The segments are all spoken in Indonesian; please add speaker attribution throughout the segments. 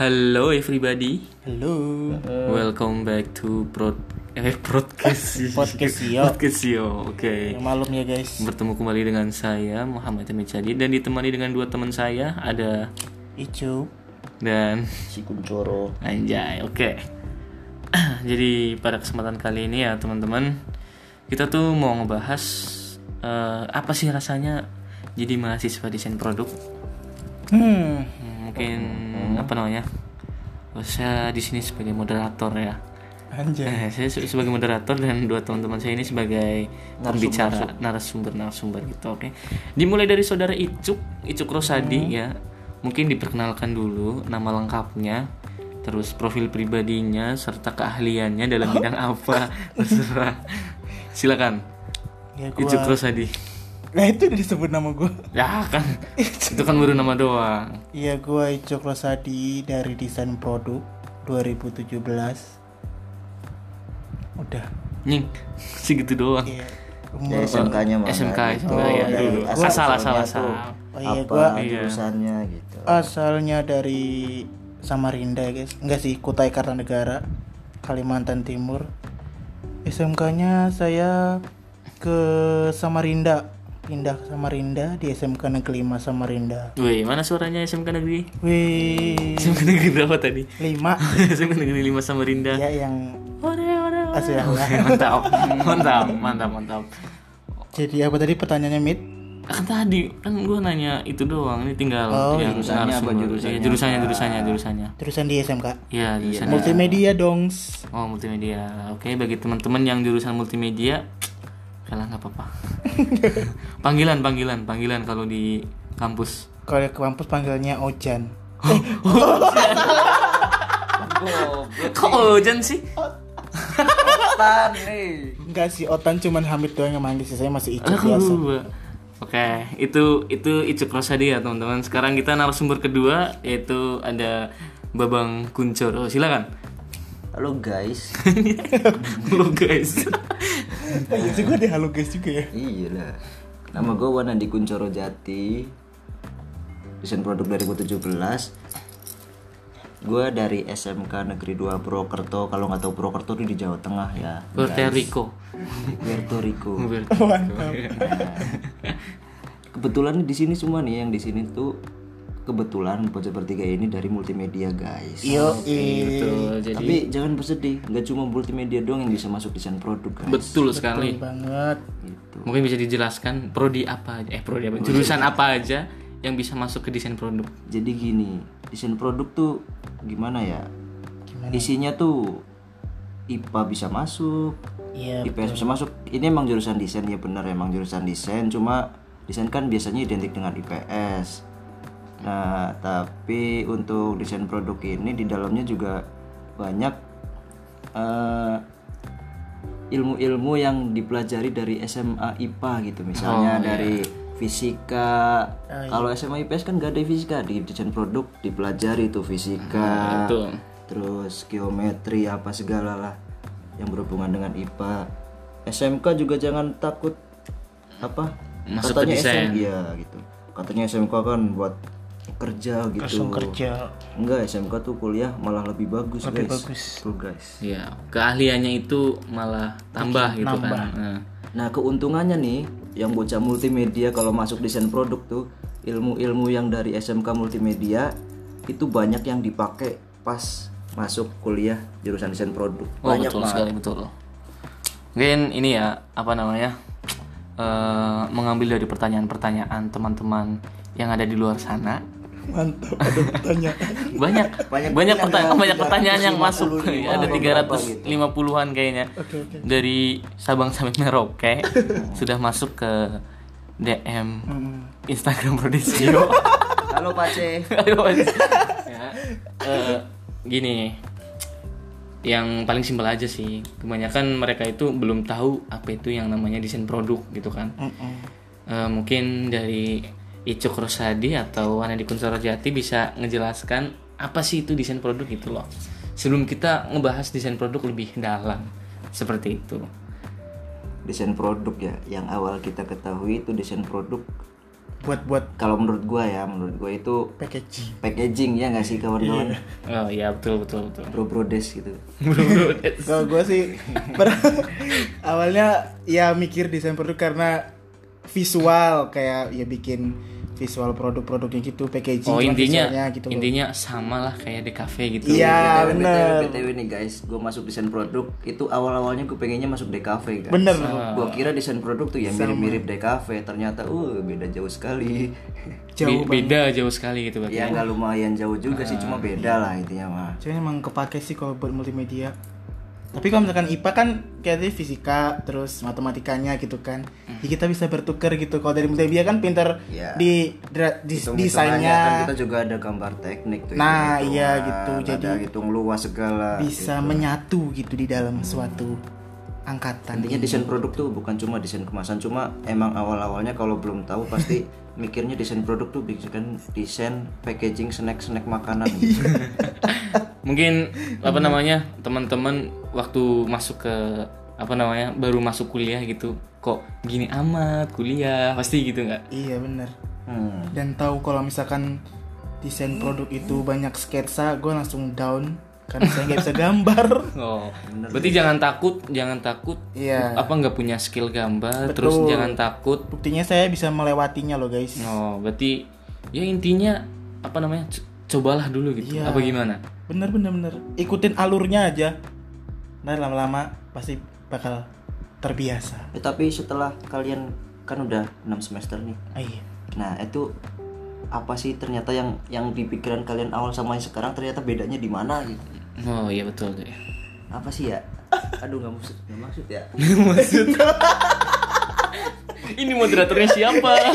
Speaker 1: Hello everybody,
Speaker 2: Halo.
Speaker 1: welcome back to prod eh podcast
Speaker 2: Podcast iya. Sio.
Speaker 1: Podcast Sio. Oke.
Speaker 2: Yang malum ya guys.
Speaker 1: Bertemu kembali dengan saya Muhammad Hamid Jadi dan ditemani dengan dua teman saya ada
Speaker 2: Icu.
Speaker 1: dan
Speaker 2: Si Kuncoro.
Speaker 1: Anjay. Oke. Jadi pada kesempatan kali ini ya teman-teman, kita tuh mau ngebahas eh, apa sih rasanya jadi mahasiswa desain produk?
Speaker 2: Hmm.
Speaker 1: Mungkin apa namanya? Saya di sini sebagai moderator ya. Eh,
Speaker 2: Anjay.
Speaker 1: saya se- sebagai moderator dan dua teman-teman saya ini sebagai pembicara narasumber narasumber gitu oke dimulai dari saudara Icuk Icuk Rosadi ya mungkin diperkenalkan dulu nama lengkapnya terus profil pribadinya serta keahliannya dalam bidang apa terserah silakan
Speaker 2: Ya gua.
Speaker 1: Icuk Rosadi
Speaker 2: Nah itu udah disebut nama gua.
Speaker 1: ya kan itu kan baru nama doang
Speaker 2: Iya gua Icu Rosadi dari Desain Produk 2017. Udah.
Speaker 1: nying segitu doang
Speaker 2: Iya.
Speaker 3: Ya,
Speaker 2: Umur.
Speaker 3: SMK-nya mana?
Speaker 1: SMK
Speaker 3: gitu.
Speaker 1: SMK, ya,
Speaker 3: dari
Speaker 1: dulu.
Speaker 3: asal-asalnya
Speaker 1: Asal, asal,
Speaker 3: tuh,
Speaker 1: asal.
Speaker 2: Oh, iya, Oh,
Speaker 3: apa
Speaker 2: gua-
Speaker 3: jurusannya gitu.
Speaker 2: Asalnya dari Samarinda ya guys. Enggak sih Kutai Kartanegara, Kalimantan Timur. SMK-nya saya ke Samarinda pindah ke Samarinda di SMK Negeri 5 Samarinda.
Speaker 1: Wih, mana suaranya SMK Negeri?
Speaker 2: Wih,
Speaker 1: SMK Negeri berapa tadi?
Speaker 2: 5
Speaker 1: SMK Negeri 5 Samarinda.
Speaker 2: ya yang
Speaker 1: Ore, ore, ore.
Speaker 2: Asli,
Speaker 1: Oke, mantap, mantap, mantap, mantap.
Speaker 2: jadi apa tadi pertanyaannya Mit?
Speaker 1: Kan tadi kan gue nanya itu doang, ini tinggal
Speaker 2: Oh,
Speaker 1: yang
Speaker 3: jurusannya apa,
Speaker 1: narasumber.
Speaker 3: jurusannya
Speaker 1: Iya, jurusannya, jurusannya, jurusannya.
Speaker 2: Terusan di SMK.
Speaker 1: Iya, jurusannya.
Speaker 2: Multimedia dongs.
Speaker 1: Oh, multimedia. Oke, bagi teman-teman yang jurusan multimedia, kalah nggak apa-apa. panggilan, panggilan, panggilan kalau di kampus.
Speaker 2: Kalau ke kampus panggilnya Ojan.
Speaker 1: Kok ojan sih?
Speaker 3: Otan nih.
Speaker 2: Enggak sih, Otan cuman Hamid doang yang manggil sih. Saya masih
Speaker 1: Lah,
Speaker 2: ikut
Speaker 1: kok
Speaker 2: biasa.
Speaker 1: gua? Oke, itu itu Icuk Rosadi ya teman-teman. Sekarang kita narasumber kedua yaitu ada Babang Kuncoro. Silakan.
Speaker 3: Halo guys.
Speaker 1: Lo guys.
Speaker 2: Oh, iya sih gua ada halo guys juga ya.
Speaker 3: iya lah. Nama gue Wanandi Kuncoro Jati. Desain produk 2017. Gue dari SMK Negeri 2 Purwokerto. Kalau nggak tahu Purwokerto itu di Jawa Tengah ya.
Speaker 1: Puerto Rico.
Speaker 3: Puerto Rico.
Speaker 1: Puerto-
Speaker 3: Kebetulan di sini semua nih yang di sini tuh kebetulan Pojok Bertiga ini dari multimedia guys.
Speaker 2: Yo,
Speaker 1: Betul. Jadi
Speaker 3: Tapi jangan bersedih, nggak cuma multimedia doang yang bisa masuk desain produk kan? guys.
Speaker 1: betul sekali.
Speaker 2: banget.
Speaker 3: Gitu.
Speaker 1: Mungkin bisa dijelaskan prodi apa aja- eh prodi apa? Jurusan apa aja yang bisa masuk ke desain produk.
Speaker 3: Jadi gini, desain produk tuh gimana ya? Isinya tuh IPA bisa masuk,
Speaker 2: Iya.
Speaker 3: IPS bisa masuk. Ini emang jurusan desain ya benar emang jurusan desain. Cuma desain kan biasanya identik dengan IPS. Nah, tapi untuk desain produk ini di dalamnya juga banyak eh, ilmu-ilmu yang dipelajari dari SMA IPA gitu misalnya dari fisika. Kalau SMA IPS kan gak ada fisika di desain produk dipelajari tuh fisika.
Speaker 1: Betul.
Speaker 3: Terus geometri apa segala lah yang berhubungan dengan IPA. SMK juga jangan takut apa?
Speaker 1: Masuk
Speaker 3: katanya
Speaker 1: ke desain.
Speaker 3: SMK, iya, gitu. Katanya SMK kan buat kerja gitu.
Speaker 2: Langsung kerja.
Speaker 3: Enggak, SMK tuh kuliah malah lebih bagus, guys. Betul, guys.
Speaker 1: Ya, keahliannya itu malah tambah gitu kan. Nah.
Speaker 3: Nah, keuntungannya nih yang bocah multimedia kalau masuk desain produk tuh ilmu-ilmu yang dari SMK multimedia itu banyak yang dipakai pas masuk kuliah jurusan desain produk.
Speaker 1: Oh, betul sekali betul. Mungkin ini ya apa namanya eh, mengambil dari pertanyaan-pertanyaan teman-teman yang ada di luar sana
Speaker 2: Mantap. Ada tanya.
Speaker 1: banyak banyak
Speaker 3: Banyak
Speaker 1: banyak,
Speaker 3: banyak
Speaker 1: perta-
Speaker 3: yang
Speaker 1: banyak pertanyaan yang masuk
Speaker 3: 355
Speaker 1: ada
Speaker 3: atau
Speaker 1: 350-an kayaknya dari Sabang sampai Merauke sudah masuk ke DM Instagram Prodesio
Speaker 3: Halo Pak C.
Speaker 1: Aduh, anjing. ya. eh, gini yang paling simpel aja sih kebanyakan mereka itu belum tahu apa itu yang namanya desain produk gitu kan Eh, mungkin dari Icuk Rosadi atau Wanadi Kuncoro Jati bisa ngejelaskan apa sih itu desain produk gitu loh sebelum kita ngebahas desain produk lebih dalam seperti itu
Speaker 3: Desain produk ya, yang awal kita ketahui itu desain produk
Speaker 2: buat buat
Speaker 3: Kalau menurut gua ya, menurut gua itu
Speaker 2: packaging
Speaker 3: packaging ya nggak sih kawan-kawan?
Speaker 1: oh iya betul betul betul
Speaker 3: Bro-bro des gitu.
Speaker 2: kalau gue sih per- awalnya ya mikir desain produk karena visual kayak ya bikin visual produk-produknya gitu packaging
Speaker 1: oh
Speaker 2: cuman
Speaker 1: intinya
Speaker 2: visualnya gitu loh.
Speaker 1: intinya sama lah kayak di cafe gitu
Speaker 2: iya
Speaker 3: BTW,
Speaker 2: bener
Speaker 3: BTW, BTW nih guys, gue masuk desain produk itu awal-awalnya gue pengennya masuk DKV guys.
Speaker 2: bener
Speaker 3: Gue kira desain produk tuh ya mirip-mirip DKV, ternyata uh beda jauh
Speaker 1: Be-
Speaker 3: sekali.
Speaker 2: jauh banget Iya.
Speaker 1: beda jauh sekali gitu berarti
Speaker 3: ya nggak lumayan jauh juga sih,
Speaker 2: Ah.
Speaker 3: cuma beda lah intinya mah.
Speaker 2: Cuman emang kepake sih kalau buat multimedia. Tapi kalau misalkan IPA kan kayaknya fisika terus matematikanya gitu kan. Jadi kita bisa bertukar gitu. Kalau dari multimedia kan pinter
Speaker 3: Mm. Iya.
Speaker 2: di, dra- di
Speaker 3: Hitung-hitungannya kan
Speaker 2: desainnya
Speaker 3: kita juga ada gambar teknik tuh.
Speaker 2: Nah,
Speaker 3: hitung-hitungan,
Speaker 2: iya gitu. Jadi
Speaker 3: ada hitung luas segala.
Speaker 2: bisa menyatu gitu di dalam suatu angkatan.
Speaker 3: Intinya desain produk tuh bukan cuma desain kemasan, cuma emang awal-awalnya kalau belum tahu pasti mikirnya desain produk tuh bikin desain packaging snack-snack makanan. gitu.
Speaker 1: Iya. mungkin apa
Speaker 2: Iya.
Speaker 1: namanya teman-teman waktu masuk ke apa namanya baru masuk kuliah gitu kok gini amat kuliah pasti gitu nggak
Speaker 2: Iya bener.
Speaker 3: Hmm.
Speaker 2: Dan tahu kalau misalkan desain produk itu banyak sketsa, gue langsung down karena saya nggak bisa gambar.
Speaker 1: oh berarti jangan takut jangan takut
Speaker 2: Iya.
Speaker 1: apa nggak punya skill gambar terus
Speaker 2: Betul.
Speaker 1: jangan takut
Speaker 2: Buktinya saya bisa melewatinya loh guys.
Speaker 1: oh berarti ya intinya apa namanya c- cobalah dulu gitu
Speaker 2: Iya.
Speaker 1: apa gimana
Speaker 2: bener bener bener ikutin alurnya aja nah lama-lama pasti bakal terbiasa
Speaker 3: Eh, tapi setelah kalian kan udah 6 semester nih.
Speaker 2: Ah, iya
Speaker 3: Nah, itu apa sih ternyata yang yang di pikiran kalian awal sama yang sekarang ternyata bedanya di mana gitu.
Speaker 1: oh iya betul tuh ya
Speaker 3: Apa sih ya? Aduh nggak maksud nggak maksud ya.
Speaker 1: ini moderatornya siapa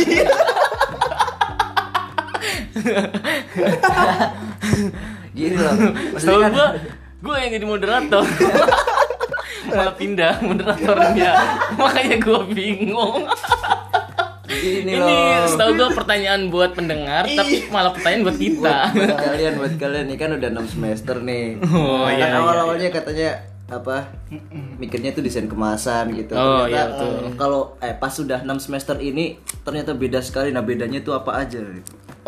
Speaker 3: Gini loh.
Speaker 1: Setahu
Speaker 3: Maksudnya kan-
Speaker 1: gue, gue yang jadi moderator. Malah pindah moderatornya. Makanya gue bingung. Ini,
Speaker 3: gini loh.
Speaker 1: setahu gue pertanyaan buat pendengar, tapi malah pertanyaan buat kita.
Speaker 3: Buat, buat kalian buat kalian nih kan udah 6 semester nih.
Speaker 1: Oh,
Speaker 3: Kan
Speaker 1: iya, iya,
Speaker 3: awal-awalnya katanya apa mikirnya tuh desain kemasan gitu
Speaker 1: Oh, iya,
Speaker 3: ternyata eh, kalau eh pas sudah 6 semester ini ternyata beda sekali nah bedanya tuh apa aja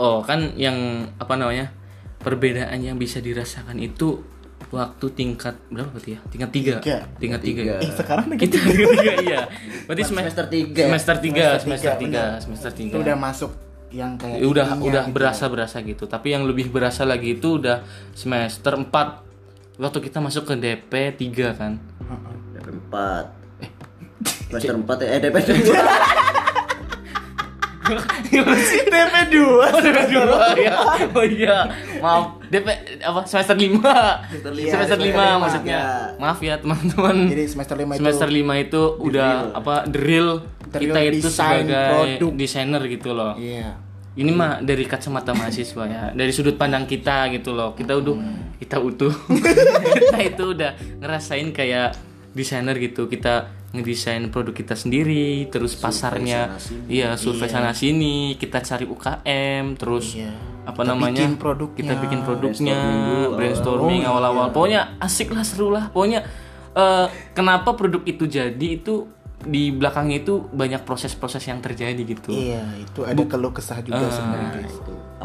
Speaker 1: Oh, kan yang apa namanya? Perbedaan yang bisa dirasakan itu waktu tingkat berapa berarti ya? Tingkat tiga
Speaker 2: Tiga.
Speaker 1: Tingkat tiga
Speaker 2: eh sekarang lagi
Speaker 1: Kita tingkat tiga, iya. Berarti semester
Speaker 3: semester 3
Speaker 1: semester tiga
Speaker 2: Semester
Speaker 1: semester
Speaker 2: tiga,
Speaker 1: tiga
Speaker 2: benar.
Speaker 1: semester
Speaker 2: itu
Speaker 1: tiga
Speaker 2: udah masuk yang kayak
Speaker 1: Ya, udah
Speaker 2: intinya
Speaker 1: udah
Speaker 2: gitu.
Speaker 1: berasa berasa gitu tapi yang lebih berasa lagi itu udah semester 4 waktu kita masuk ke DP 3 kan
Speaker 3: DP 4
Speaker 1: Eh,
Speaker 3: Semester 4 ya, eh DP 2
Speaker 2: DP dua
Speaker 1: Oh, DP dua, ya. oh iya maaf DP apa semester 5 semester 5
Speaker 3: lima,
Speaker 2: lima.
Speaker 1: maksudnya
Speaker 3: Ya.
Speaker 1: maaf ya teman-teman
Speaker 2: jadi semester lima itu
Speaker 1: semester 5 itu udah apa the real
Speaker 2: The
Speaker 1: kita
Speaker 2: real
Speaker 1: itu
Speaker 2: design
Speaker 1: sebagai
Speaker 2: produk.
Speaker 1: desainer gitu loh
Speaker 2: iya
Speaker 1: ini mah dari kacamata mahasiswa ya dari sudut pandang kita gitu loh kita udah
Speaker 2: Hmm.
Speaker 1: kita utuh kita itu udah ngerasain kayak desainer gitu kita ngedesain produk kita sendiri terus pasarnya iya survei sana sini kita cari UKM terus
Speaker 2: Iya.
Speaker 1: apa
Speaker 2: Kita
Speaker 1: namanya
Speaker 2: bikin produknya. eh,
Speaker 1: kita bikin produknya
Speaker 3: Brainstorming dulu,
Speaker 1: brainstorming
Speaker 2: oh, iya.
Speaker 1: awal-awal pokoknya asik lah seru lah pokoknya eh, kenapa produk itu jadi itu di belakangnya itu banyak proses-proses yang terjadi gitu
Speaker 2: iya itu ada keluh kesah juga
Speaker 1: Ah.
Speaker 2: sebenarnya guys.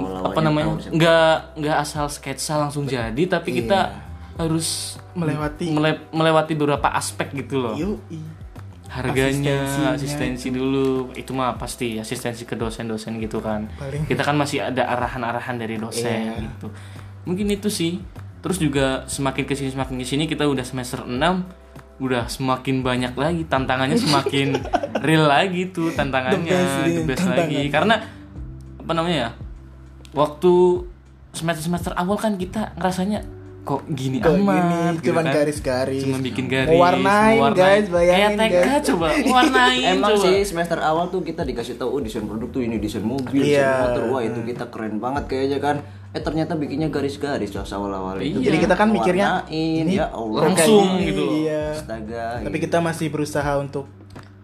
Speaker 1: apa namanya nggak nggak asal sketsa langsung jadi tapi kita harus
Speaker 2: Iya. melewati Iya,
Speaker 1: mele- melewati beberapa aspek gitu loh
Speaker 2: yoi
Speaker 1: harganya asistensi dulu itu mah pasti asistensi ke dosen-dosen gitu kan
Speaker 2: Paling- Iya.
Speaker 1: kita kan masih ada arahan-arahan dari dosen gitu mungkin itu sih terus juga semakin kesini semakin kesini kita udah semester 6 udah semakin banyak lagi tantangannya semakin real lagi tuh tantangannya
Speaker 2: The best
Speaker 1: the
Speaker 2: nih,
Speaker 1: best lagi karena apa namanya ya waktu semester semester awal kan kita ngerasanya kok gini amat
Speaker 2: Kok
Speaker 1: Gitu kan.
Speaker 2: gini, cuman garis-garis.
Speaker 1: cuma bikin garis
Speaker 2: Mewarnai,
Speaker 1: mewarnai.
Speaker 2: guys,
Speaker 1: kayak
Speaker 2: bayangin,
Speaker 1: TK
Speaker 2: guys.
Speaker 1: coba warnain
Speaker 3: Emang
Speaker 1: Iya, coba
Speaker 3: sih semester awal tuh kita dikasih tahu oh desain produk tuh ini desain mobil,
Speaker 2: Iya.
Speaker 3: desain motor, wah itu kita keren banget kayaknya kan. Eh ternyata bikinnya garis-garis pas awal-awal itu.
Speaker 1: Iya.
Speaker 2: jadi kita kan mikirnya
Speaker 3: Warnain, ya Allah.
Speaker 2: kayak
Speaker 1: Langsung
Speaker 2: gini,
Speaker 1: gitu loh.
Speaker 2: iya.
Speaker 3: Astaga.
Speaker 2: tapi
Speaker 3: iya.
Speaker 2: kita masih berusaha untuk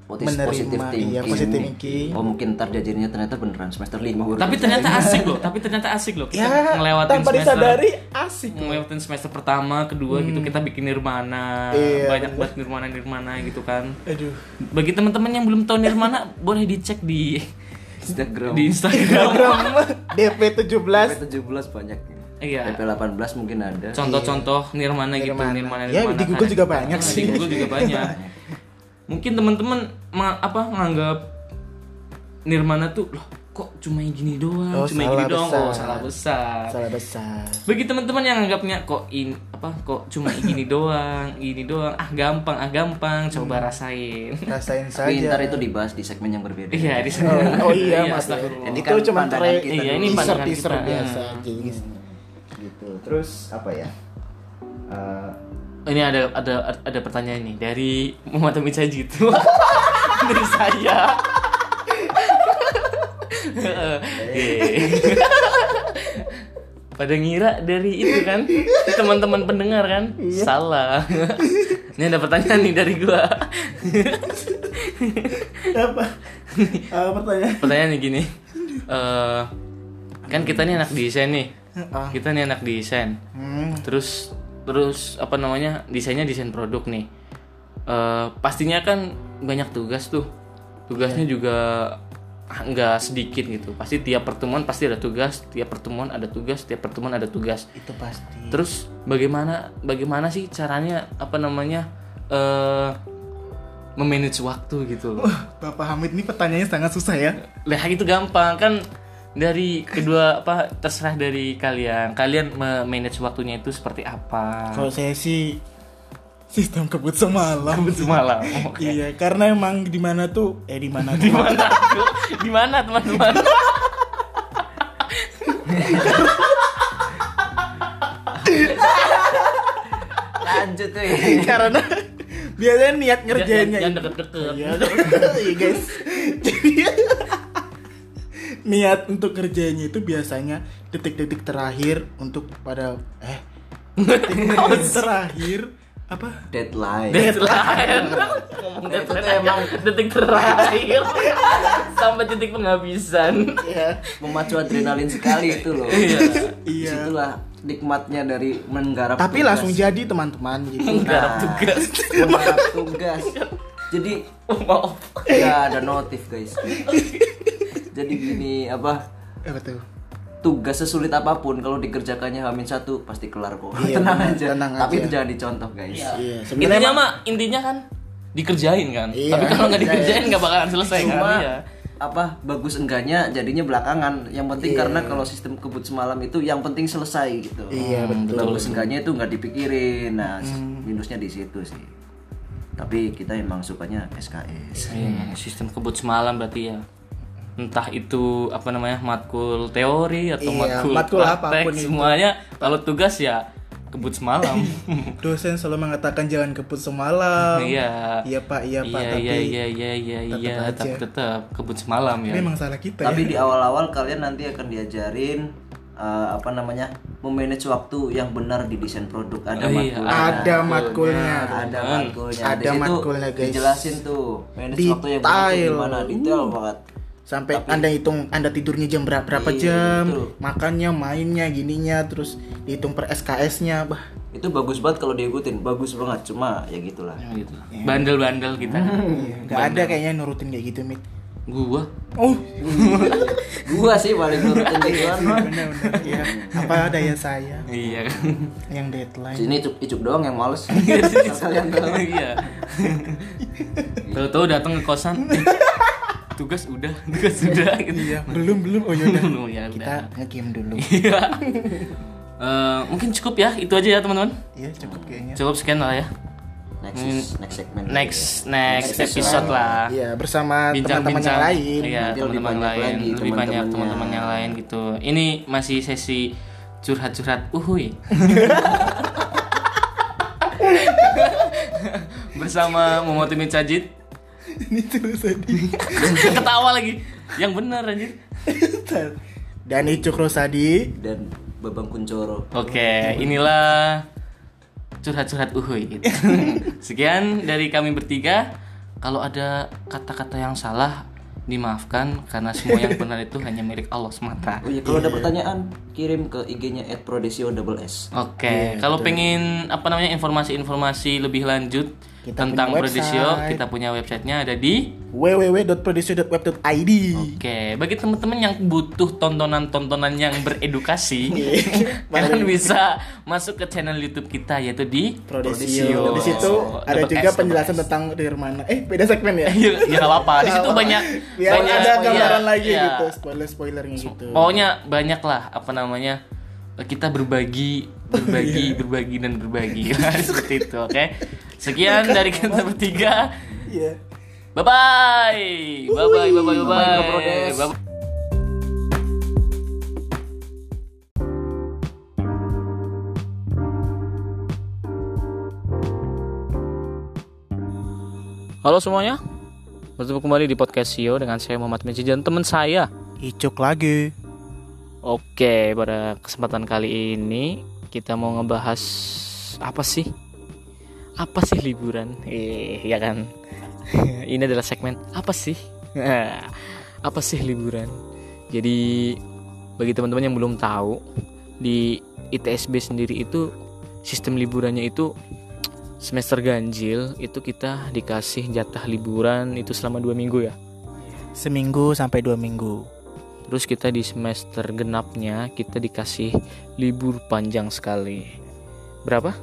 Speaker 3: What is
Speaker 2: menerima,
Speaker 3: positive
Speaker 2: iya,
Speaker 3: thinking.
Speaker 2: positive thinking.
Speaker 3: Oh mungkin ntar jadinya ternyata beneran semester 5 baru.
Speaker 1: tapi ternyata asik loh tapi ternyata asik loh kita
Speaker 2: ya
Speaker 1: ngelewatin
Speaker 2: tanpa
Speaker 1: semester
Speaker 2: disadari asik
Speaker 1: ngelewatin semester pertama kedua gitu kita bikin nirmana
Speaker 2: Iya,
Speaker 1: banyak banget nirmana nirmana gitu kan
Speaker 2: aduh
Speaker 1: bagi teman-teman yang belum tahu nirmana boleh dicek di
Speaker 3: Instagram.
Speaker 1: di Instagram.
Speaker 2: Instagram DP17
Speaker 3: 17 banyak. ya.
Speaker 1: Iya.
Speaker 3: DP 18 mungkin ada.
Speaker 1: Contoh-contoh nirmana, gitu, nirmana
Speaker 2: Ya,
Speaker 1: nirmana.
Speaker 2: di Google
Speaker 1: kan.
Speaker 2: juga banyak
Speaker 1: Ah,
Speaker 2: sih.
Speaker 1: Di Google juga banyak. Mungkin teman-teman ma- apa menganggap nirmana tuh loh kok cuma yang gini doang,
Speaker 2: Oh,
Speaker 1: cuma yang gini
Speaker 2: salah
Speaker 1: doang, oh
Speaker 2: besar.
Speaker 1: salah besar.
Speaker 2: salah besar
Speaker 1: Bagi teman-teman yang anggapnya kok in apa kok cuma gini doang, gini doang, ah gampang, ah gampang,
Speaker 2: Hmm.
Speaker 1: coba rasain.
Speaker 2: rasain saja
Speaker 3: Tapi ntar itu dibahas di segmen yang berbeda.
Speaker 1: Iya, di sana.
Speaker 2: oh, oh iya mas
Speaker 1: astagfirullah.
Speaker 3: Ini
Speaker 2: itu
Speaker 3: kan
Speaker 2: cuma
Speaker 3: pandangan
Speaker 2: tre-
Speaker 3: kita
Speaker 1: Iya, dulu. ini
Speaker 2: teaser
Speaker 1: pandangan
Speaker 2: teaser
Speaker 1: kita.
Speaker 2: biasa aja.
Speaker 3: Gitu. Terus apa ya? Eh,
Speaker 1: Ini ada ada ada pertanyaan nih dari Muhammad Amin Sajid gitu. dari saya. Pada ngira dari itu kan teman-teman pendengar kan salah. Ini ada pertanyaan nih dari gua.
Speaker 2: apa apa pertanyaan
Speaker 1: Pertanyaannya gini. Eh, kan kita nih anak desain nih.
Speaker 2: Heeh.
Speaker 1: Kita nih anak desain.
Speaker 2: hmm,
Speaker 1: terus terus apa namanya desainnya desain produk nih Eh, pastinya kan banyak tugas tuh tugasnya juga nggak sedikit gitu pasti tiap pertemuan pasti ada tugas tiap pertemuan ada tugas tiap pertemuan ada tugas
Speaker 2: itu pasti
Speaker 1: terus bagaimana bagaimana sih caranya apa namanya eh memanage waktu gitu loh
Speaker 2: Uh, Bapak Hamid ini pertanyaannya sangat susah ya
Speaker 1: lah itu gampang kan dari kedua apa terserah dari kalian kalian memanage waktunya itu seperti apa
Speaker 2: kalau saya sih sistem kebut semalam
Speaker 1: semalam
Speaker 2: iya karena emang di mana tuh eh di mana tuh
Speaker 1: gimana gimana teman-teman
Speaker 3: lanjut eh. tuh.
Speaker 2: karena biasanya niat ngerjainnya
Speaker 1: yang deket-deket
Speaker 2: Iya, iya guys. Jadi niat untuk kerjanya itu biasanya detik-detik terakhir untuk pada eh detik-detik terakhir apa?
Speaker 3: Deadline.
Speaker 1: deadline ngomong deadline emang detik terakhir sampai titik penghabisan
Speaker 2: Ya.
Speaker 3: memacu adrenalin sekali itu loh.
Speaker 1: Iya.
Speaker 2: Iya.
Speaker 3: Disitulah nikmatnya dari menggarap.
Speaker 2: Tapi
Speaker 3: tugas. Ah,
Speaker 2: langsung jadi teman-teman gitu.
Speaker 1: garap tugas
Speaker 3: menggarap tugas. Jadi
Speaker 1: oh, maaf
Speaker 3: ya ada notif guys. Jadi gini apa
Speaker 2: Apa tuh?
Speaker 3: tugas sesulit apapun kalau dikerjakannya Hamin satu pasti kelar kok.
Speaker 2: Iya,
Speaker 3: tenang
Speaker 2: benar,
Speaker 3: aja.
Speaker 2: tenang
Speaker 3: Tapi
Speaker 2: aja.
Speaker 3: itu jangan dicontoh guys.
Speaker 2: Iya,
Speaker 1: intinya
Speaker 2: sebenarnya
Speaker 1: mah intinya kan dikerjain kan
Speaker 2: Iya,
Speaker 1: tapi kalau nggak dikerjain nggak bakalan selesai kan
Speaker 3: Cuma
Speaker 1: iya
Speaker 3: apa bagus enggaknya jadinya belakangan. Yang penting karena kalau sistem kebut semalam itu yang penting selesai gitu.
Speaker 2: Iya,
Speaker 1: Hmm,
Speaker 2: Hmm.
Speaker 3: betul. Bagus enggaknya itu nggak dipikirin. Nah, minusnya di situ sih. Tapi kita emang sukanya SKS.
Speaker 1: Iya, sistem kebut semalam berarti ya entah itu apa namanya matkul teori atau
Speaker 2: Iya,
Speaker 1: matkul,
Speaker 2: matkul
Speaker 1: praktek,
Speaker 2: apapun itu.
Speaker 1: semuanya kalau tugas ya kebut semalam
Speaker 2: dosen selalu mengatakan jangan kebut semalam.
Speaker 1: iya
Speaker 2: Iya, Pak, iya, Pak,
Speaker 1: iya
Speaker 2: tapi
Speaker 1: iya iya iya iya iya
Speaker 2: tetap
Speaker 1: tapi
Speaker 2: aja.
Speaker 1: tetap kebut semalam ya
Speaker 2: memang salah kita ya.
Speaker 3: Tapi di awal-awal kalian nanti akan diajarin eh, apa namanya? memanage waktu yang benar di desain produk. Ada
Speaker 1: Oh, iya.
Speaker 3: matkulnya.
Speaker 2: Ada matkulnya.
Speaker 3: ada matkulnya
Speaker 2: Ada
Speaker 3: Di situ
Speaker 2: matkulnya, guys.
Speaker 3: dijelasin tuh manage waktu yang
Speaker 2: Detail.
Speaker 3: benar tuh gimana detail banget
Speaker 2: Sampai Anda hitung Anda tidurnya jam berapa, berapa jam, makannya, mainnya, gininya, terus dihitung per SKS-nya, bah.
Speaker 3: itu bagus banget kalau diikutin bagus banget cuma ya gitulah
Speaker 1: Ya, gitu
Speaker 2: Iya.
Speaker 1: bandel-bandel kita
Speaker 2: Hmm,
Speaker 1: Iya.
Speaker 2: Gak Iya, ada kayaknya nurutin kayak gitu, Mit.
Speaker 1: gua
Speaker 2: Oh,
Speaker 3: gua sih paling nurutin di luar mah.
Speaker 2: benar-benar ya. Apa daya saya
Speaker 1: iya kan
Speaker 2: yang deadline.
Speaker 3: sini icuk icuk doang yang males kalian doang.
Speaker 1: iya tahu-tahu datang ke kosan tugas udah tugas udah gitu
Speaker 2: Iya, belum belum. Oh yaudah.
Speaker 1: ya udah
Speaker 2: Kita nge-game dulu.
Speaker 1: Iya. Eh, mungkin cukup ya, itu aja ya teman-teman.
Speaker 2: Iya, cukup kayaknya.
Speaker 1: Cukup sekian lah ya.
Speaker 3: next is- next
Speaker 1: Hmm.
Speaker 3: segmen
Speaker 1: Next next episode lah.
Speaker 2: Iya, bersama teman-teman
Speaker 1: Bincang-bincang
Speaker 2: yang lain.
Speaker 1: Iya,
Speaker 3: Nanti lebih
Speaker 1: teman-teman
Speaker 3: banyak
Speaker 1: lain,
Speaker 3: lagi
Speaker 1: lebih banyak
Speaker 3: teman-temannya.
Speaker 1: teman-teman yang lain gitu. Ini masih sesi curhat-curhat uhuy. Bersama Momotimi Cajit.
Speaker 2: Ini terus tadi.
Speaker 1: Ketawa lagi. Yang benar anjir.
Speaker 2: Dan Icuk Rosadi.
Speaker 3: dan babang kuncoro
Speaker 1: Oke, inilah curhat-curhat uhuy. Sekian dari kami bertiga. Kalau ada kata-kata yang salah, dimaafkan karena semua yang benar itu hanya milik Allah semata.
Speaker 3: oh iya kalau ada pertanyaan kirim ke ig-nya @prodesio double
Speaker 2: Iya, gitu
Speaker 3: s
Speaker 1: Oke, kalau pengen apa namanya informasi-informasi lebih lanjut
Speaker 2: Kita
Speaker 1: tentang
Speaker 2: punya
Speaker 1: Prodisio.
Speaker 2: website.
Speaker 1: Kita punya websitenya ada di
Speaker 2: www.produce.web.id
Speaker 1: Oke, bagi teman-teman yang butuh tontonan-tontonan yang beredukasi,
Speaker 2: Iya.
Speaker 1: kalian bisa masuk ke channel YouTube kita yaitu di
Speaker 2: Prodesio. Di situ ada
Speaker 1: Double
Speaker 2: juga
Speaker 1: Oh, S, double
Speaker 2: penjelasan
Speaker 1: S.
Speaker 2: tentang Nirmana. Eh, beda segmen ya? Oh,
Speaker 1: Iya, nggak apa-apa. Di situ banyak
Speaker 2: Biar
Speaker 1: banyak
Speaker 2: ada gambaran
Speaker 1: iya,
Speaker 2: lagi
Speaker 1: iya. Oh.
Speaker 2: gitu, spoiler-spoilernya gitu.
Speaker 1: Pokoknya banyak lah apa namanya kita berbagi, berbagi, berbagi dan berbagi Nah, seperti itu. Oke, sekian dari kita bertiga.
Speaker 2: Iya.
Speaker 1: Bye bye, bye bye, bye bye,
Speaker 3: Bye-bye,
Speaker 1: bye
Speaker 3: Bro Des.
Speaker 1: bye. Halo semuanya, bertemu kembali di podcast Sio dengan saya Muhammad Meji dan teman saya.
Speaker 2: Icuk lagi.
Speaker 1: Oke, pada kesempatan kali ini kita mau ngebahas apa sih? Apa sih liburan? Eh, ya kan. ini adalah segmen apa sih? apa sih liburan? Jadi bagi teman-teman yang belum tahu, di ITSB sendiri itu sistem liburannya itu semester ganjil itu kita dikasih jatah liburan itu selama dua minggu ya.
Speaker 2: Seminggu sampai dua minggu.
Speaker 1: Terus kita di semester genapnya kita dikasih libur panjang sekali. Berapa?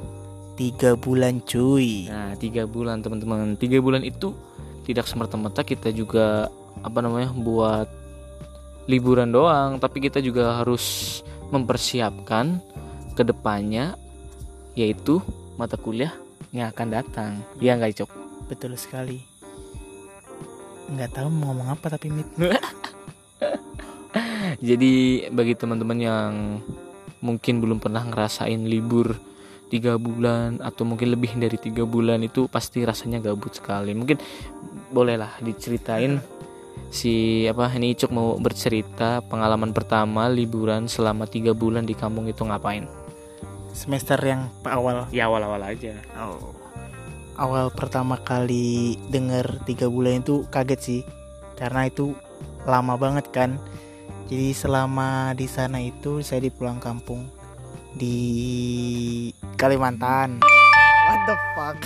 Speaker 2: Tiga bulan cuy.
Speaker 1: Nah, tiga bulan teman-teman. Tiga bulan itu tidak semerta-merta kita juga apa namanya buat liburan doang, tapi kita juga harus mempersiapkan kedepannya yaitu mata kuliah yang akan datang. Iya nggak Cok?
Speaker 2: Betul sekali. Nggak tahu mau ngomong apa tapi mit.
Speaker 1: Jadi bagi teman-teman yang mungkin belum pernah ngerasain libur tiga bulan atau mungkin lebih dari tiga bulan itu pasti rasanya gabut sekali. Mungkin bolehlah diceritain si apa ini Icuk mau bercerita pengalaman pertama liburan selama tiga bulan di kampung itu ngapain?
Speaker 2: Semester yang awal. Oh.
Speaker 1: Ya awal-awal aja.
Speaker 2: Awal pertama kali denger tiga bulan itu kaget sih. Karena itu lama banget kan. Jadi selama di sana itu saya di pulang kampung di Kalimantan. What the fuck?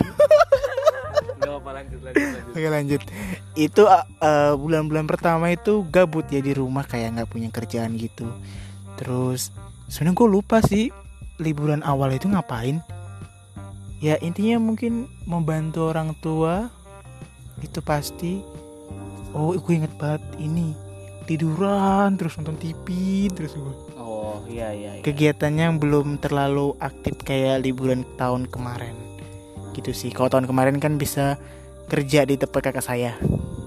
Speaker 1: Gak apa lanjut lanjut lanjut.
Speaker 2: Oke lanjut. Itu uh, uh, bulan-bulan pertama itu gabut ya di rumah kayak nggak punya kerjaan gitu. Terus sebenarnya gue lupa sih liburan awal itu ngapain. Ya intinya mungkin membantu orang tua itu pasti. Oh gue inget banget ini tiduran terus nonton TV terus gue
Speaker 1: Oh iya iya. iya.
Speaker 2: kegiatannya yang belum terlalu aktif kayak liburan tahun kemarin gitu sih kalau tahun kemarin kan bisa kerja di tempat kakak saya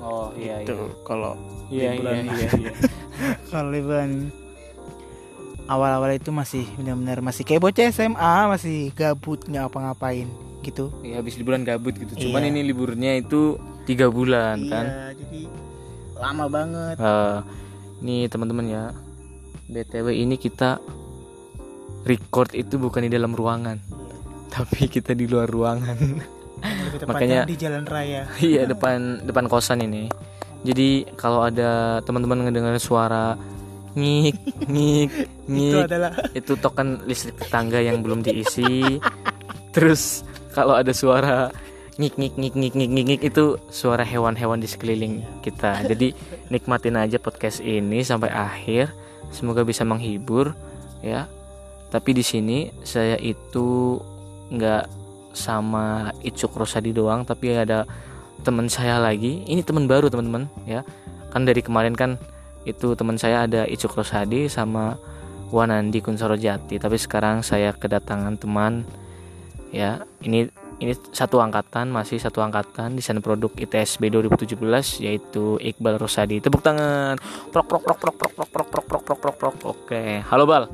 Speaker 1: Oh iya iya.
Speaker 2: Tuh, kalau
Speaker 1: Iya iya iya. iya.
Speaker 2: kalau liburan awal-awal itu masih benar-benar masih kayak bocah SMA masih gabut nggak apa-ngapain gitu
Speaker 1: Ya habis liburan gabut gitu. Cuman
Speaker 2: Iya.
Speaker 1: ini liburnya itu tiga bulan kan.
Speaker 2: iya jadi lama banget
Speaker 1: Eh, nih teman-teman ya. BTW ini kita record itu bukan di dalam ruangan. Tapi kita di luar ruangan.
Speaker 2: Lebih tepatnya
Speaker 1: Makanya-
Speaker 2: di jalan raya
Speaker 1: Iya, depan depan kosan ini. Jadi kalau ada teman-teman ngedengar suara ngik ngik
Speaker 2: itu
Speaker 1: ngik
Speaker 2: adalah
Speaker 1: itu token listrik tetangga yang belum diisi terus kalau ada suara ngik ngik ngik ngik ngik ngik, ngik, itu suara hewan-hewan di sekeliling kita jadi nikmatin aja podcast ini sampai akhir semoga bisa menghibur ya tapi di sini saya itu nggak sama Icuk Rosadi doang tapi ada teman saya lagi ini teman baru teman-teman ya kan dari kemarin kan itu teman saya ada Icuk Rosadi sama Wanandi Kunsoro Jati tapi sekarang saya kedatangan teman ya ini ini satu angkatan masih satu angkatan desain produk ITSB 2017 yaitu Iqbal Rosadi tepuk tangan prok prok prok prok prok prok prok prok prok prok prok prok oke halo Bal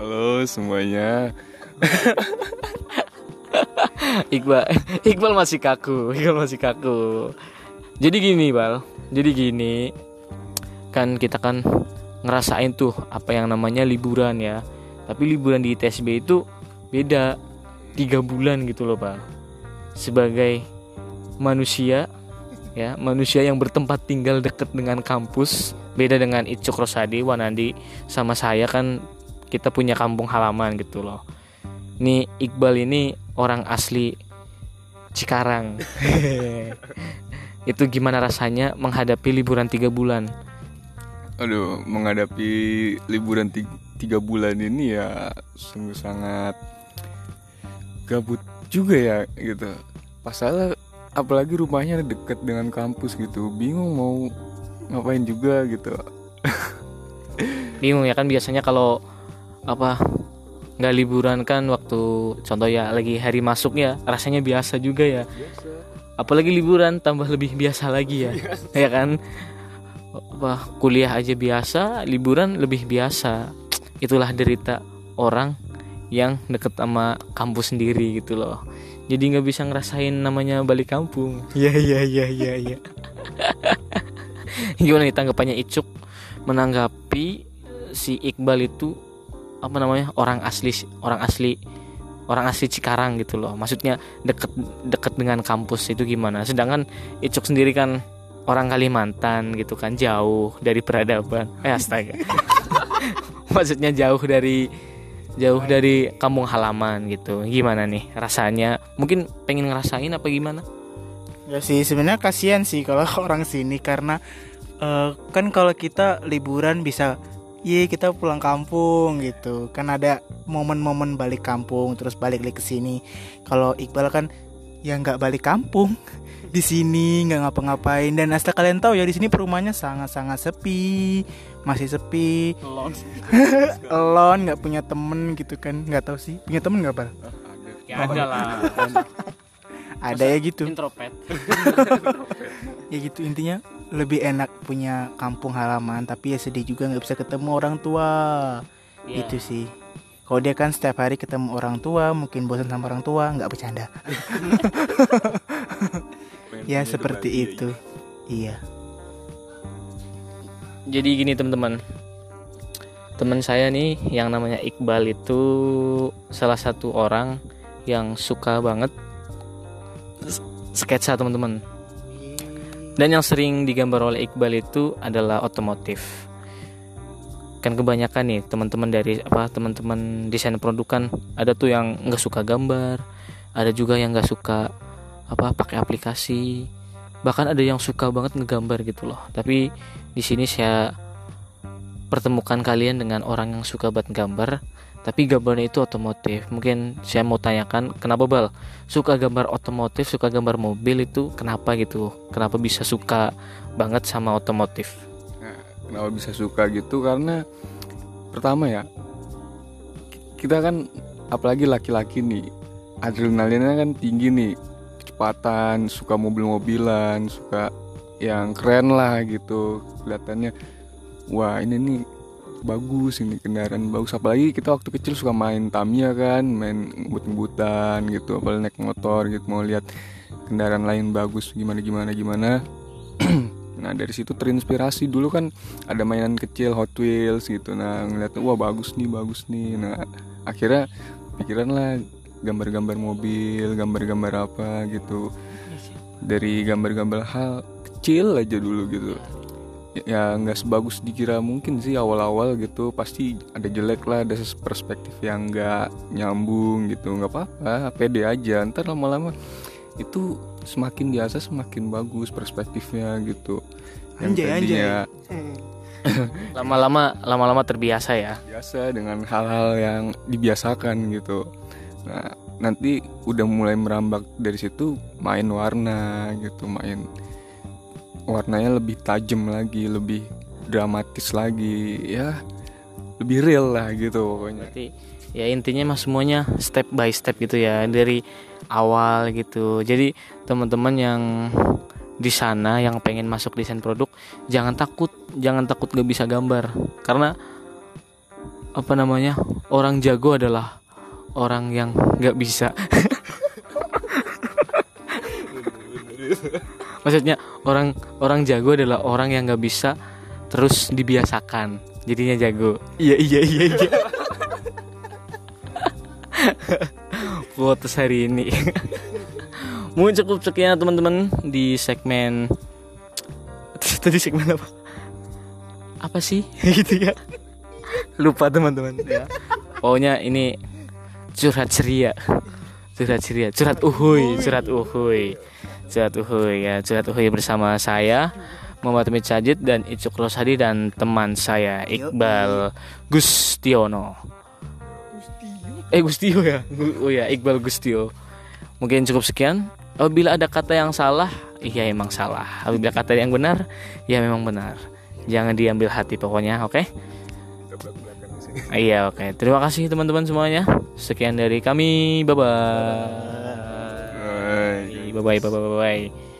Speaker 4: Halo semuanya.
Speaker 1: Iqbal Iqbal masih kaku Iqbal masih kaku jadi gini Bal jadi gini kan kita kan ngerasain tuh apa yang namanya liburan ya tapi liburan di ITSB itu beda tiga bulan gitu loh Bal sebagai manusia ya manusia yang bertempat tinggal dekat dengan kampus beda dengan Icuk Rosadi Wanandi sama saya kan kita punya kampung halaman gitu loh nih Iqbal ini orang asli Cikarang. itu gimana rasanya menghadapi liburan tiga bulan?
Speaker 4: Aduh, menghadapi liburan ti- tiga bulan ini ya sungguh sangat gabut juga ya gitu. Pasalnya apalagi rumahnya dekat dengan kampus gitu, bingung mau ngapain juga gitu.
Speaker 1: Bingung ya kan biasanya kalau apa nggak liburan kan waktu contoh ya lagi hari masuk ya rasanya biasa juga ya. Apalagi liburan tambah lebih biasa lagi ya, ya kan? Apa kuliah aja biasa, liburan lebih biasa. Itulah derita orang yang deket sama kampus sendiri gitu loh. Jadi nggak bisa ngerasain namanya balik kampung. Ya ya ya ya ya. Gimana nih tanggapannya Icuk menanggapi si Iqbal itu apa namanya orang asli orang asli orang asli Cikarang gitu loh. Maksudnya deket deket dengan kampus itu gimana? Sedangkan Icuk sendiri kan orang Kalimantan gitu kan jauh dari peradaban. Eh astaga. Maksudnya jauh dari jauh dari kampung halaman gitu. Gimana nih rasanya? Mungkin pengen ngerasain apa gimana?
Speaker 2: Ya sih sebenarnya kasihan sih kalau orang sini karena eh, kan kalau kita liburan bisa iya kita pulang kampung gitu. Kan ada momen-momen balik kampung terus balik lagi ke sini. Kalau Iqbal kan ya nggak balik kampung di sini nggak ngapa-ngapain dan asal kalian tahu ya di sini perumahannya sangat-sangat sepi masih sepi elon nggak punya temen gitu kan nggak tahu sih punya temen nggak Bal?
Speaker 1: Ya ada lah.
Speaker 2: ada ya gitu
Speaker 1: Introvert.
Speaker 2: ya gitu intinya lebih enak punya kampung halaman tapi ya sedih juga nggak bisa ketemu orang tua
Speaker 1: Iya.
Speaker 2: itu sih kalau dia kan setiap hari ketemu orang tua mungkin bosan sama orang tua nggak bercanda ya seperti itu iya
Speaker 1: Jadi gini teman-teman. Teman saya nih yang namanya Iqbal itu salah satu orang yang suka banget s- sketsa teman-teman. Dan yang sering digambar oleh Iqbal itu adalah otomotif. Kan kebanyakan nih teman-teman dari apa teman-teman desain produk kan ada tuh yang nggak suka gambar, ada juga yang nggak suka apa pakai aplikasi, bahkan ada yang suka banget ngegambar gitu loh. Tapi di sini saya pertemukan kalian dengan orang yang suka buat gambar, tapi gambarnya itu otomotif. Mungkin saya mau tanyakan kenapa Bal suka gambar otomotif, suka gambar mobil itu kenapa gitu? Kenapa bisa suka banget sama otomotif?
Speaker 4: Kenapa bisa suka gitu? Karena pertama ya kita kan apalagi laki-laki nih adrenalinnya kan tinggi nih kecepatan suka mobil-mobilan suka yang keren lah gitu kelihatannya wah ini nih bagus ini kendaraan bagus apalagi kita waktu kecil suka main Tamiya kan main ngebut-ngebutan gitu apalagi naik motor gitu mau lihat kendaraan lain bagus gimana gimana gimana nah dari situ terinspirasi dulu kan ada mainan kecil Hot Wheels gitu nah ngeliat wah bagus nih bagus nih nah akhirnya pikiran lah gambar-gambar mobil gambar-gambar apa gitu dari gambar-gambar hal kecil aja dulu gitu ya nggak sebagus dikira mungkin sih awal-awal gitu pasti ada jelek lah ada ses- perspektif yang nggak nyambung gitu nggak apa-apa pede aja ntar lama-lama itu semakin biasa semakin bagus perspektifnya gitu Yang ya.
Speaker 2: Anjay, Eh. anjay.
Speaker 4: tadinya
Speaker 1: Lama-lama lama-lama terbiasa ya.
Speaker 4: biasa dengan hal-hal yang dibiasakan gitu. Nah, nanti udah mulai merambak dari situ main warna gitu, main warnanya lebih tajam lagi, lebih dramatis lagi, ya lebih real lah gitu pokoknya.
Speaker 1: Berarti ya intinya mah semuanya step by step gitu ya dari awal gitu. Jadi teman-teman yang di sana yang pengen masuk desain produk jangan takut, jangan takut gak bisa gambar karena apa namanya orang jago adalah orang yang nggak bisa. Maksudnya orang orang jago adalah orang yang nggak bisa terus dibiasakan jadinya jago. Iya iya iya iya. quotes hari ini Mungkin cukup sekian teman-teman Di segmen Tadi segmen apa? Apa sih? gitu ya Lupa teman-teman ya. Pokoknya ini Curhat ceria curhat ceria curhat uhuy curhat uhuy curhat uhuy ya curhat uhuy bersama saya Muhammad Mid Sajid dan Icuk Rosadi dan teman saya Iqbal Gustiono eh Gustio ya Gu- oh ya Iqbal Gustio mungkin cukup sekian apabila ada kata yang salah iya emang salah apabila kata yang benar ya memang benar jangan diambil hati pokoknya oke iya oke terima kasih teman-teman semuanya sekian dari kami bye bye bye bye bye bye, bye.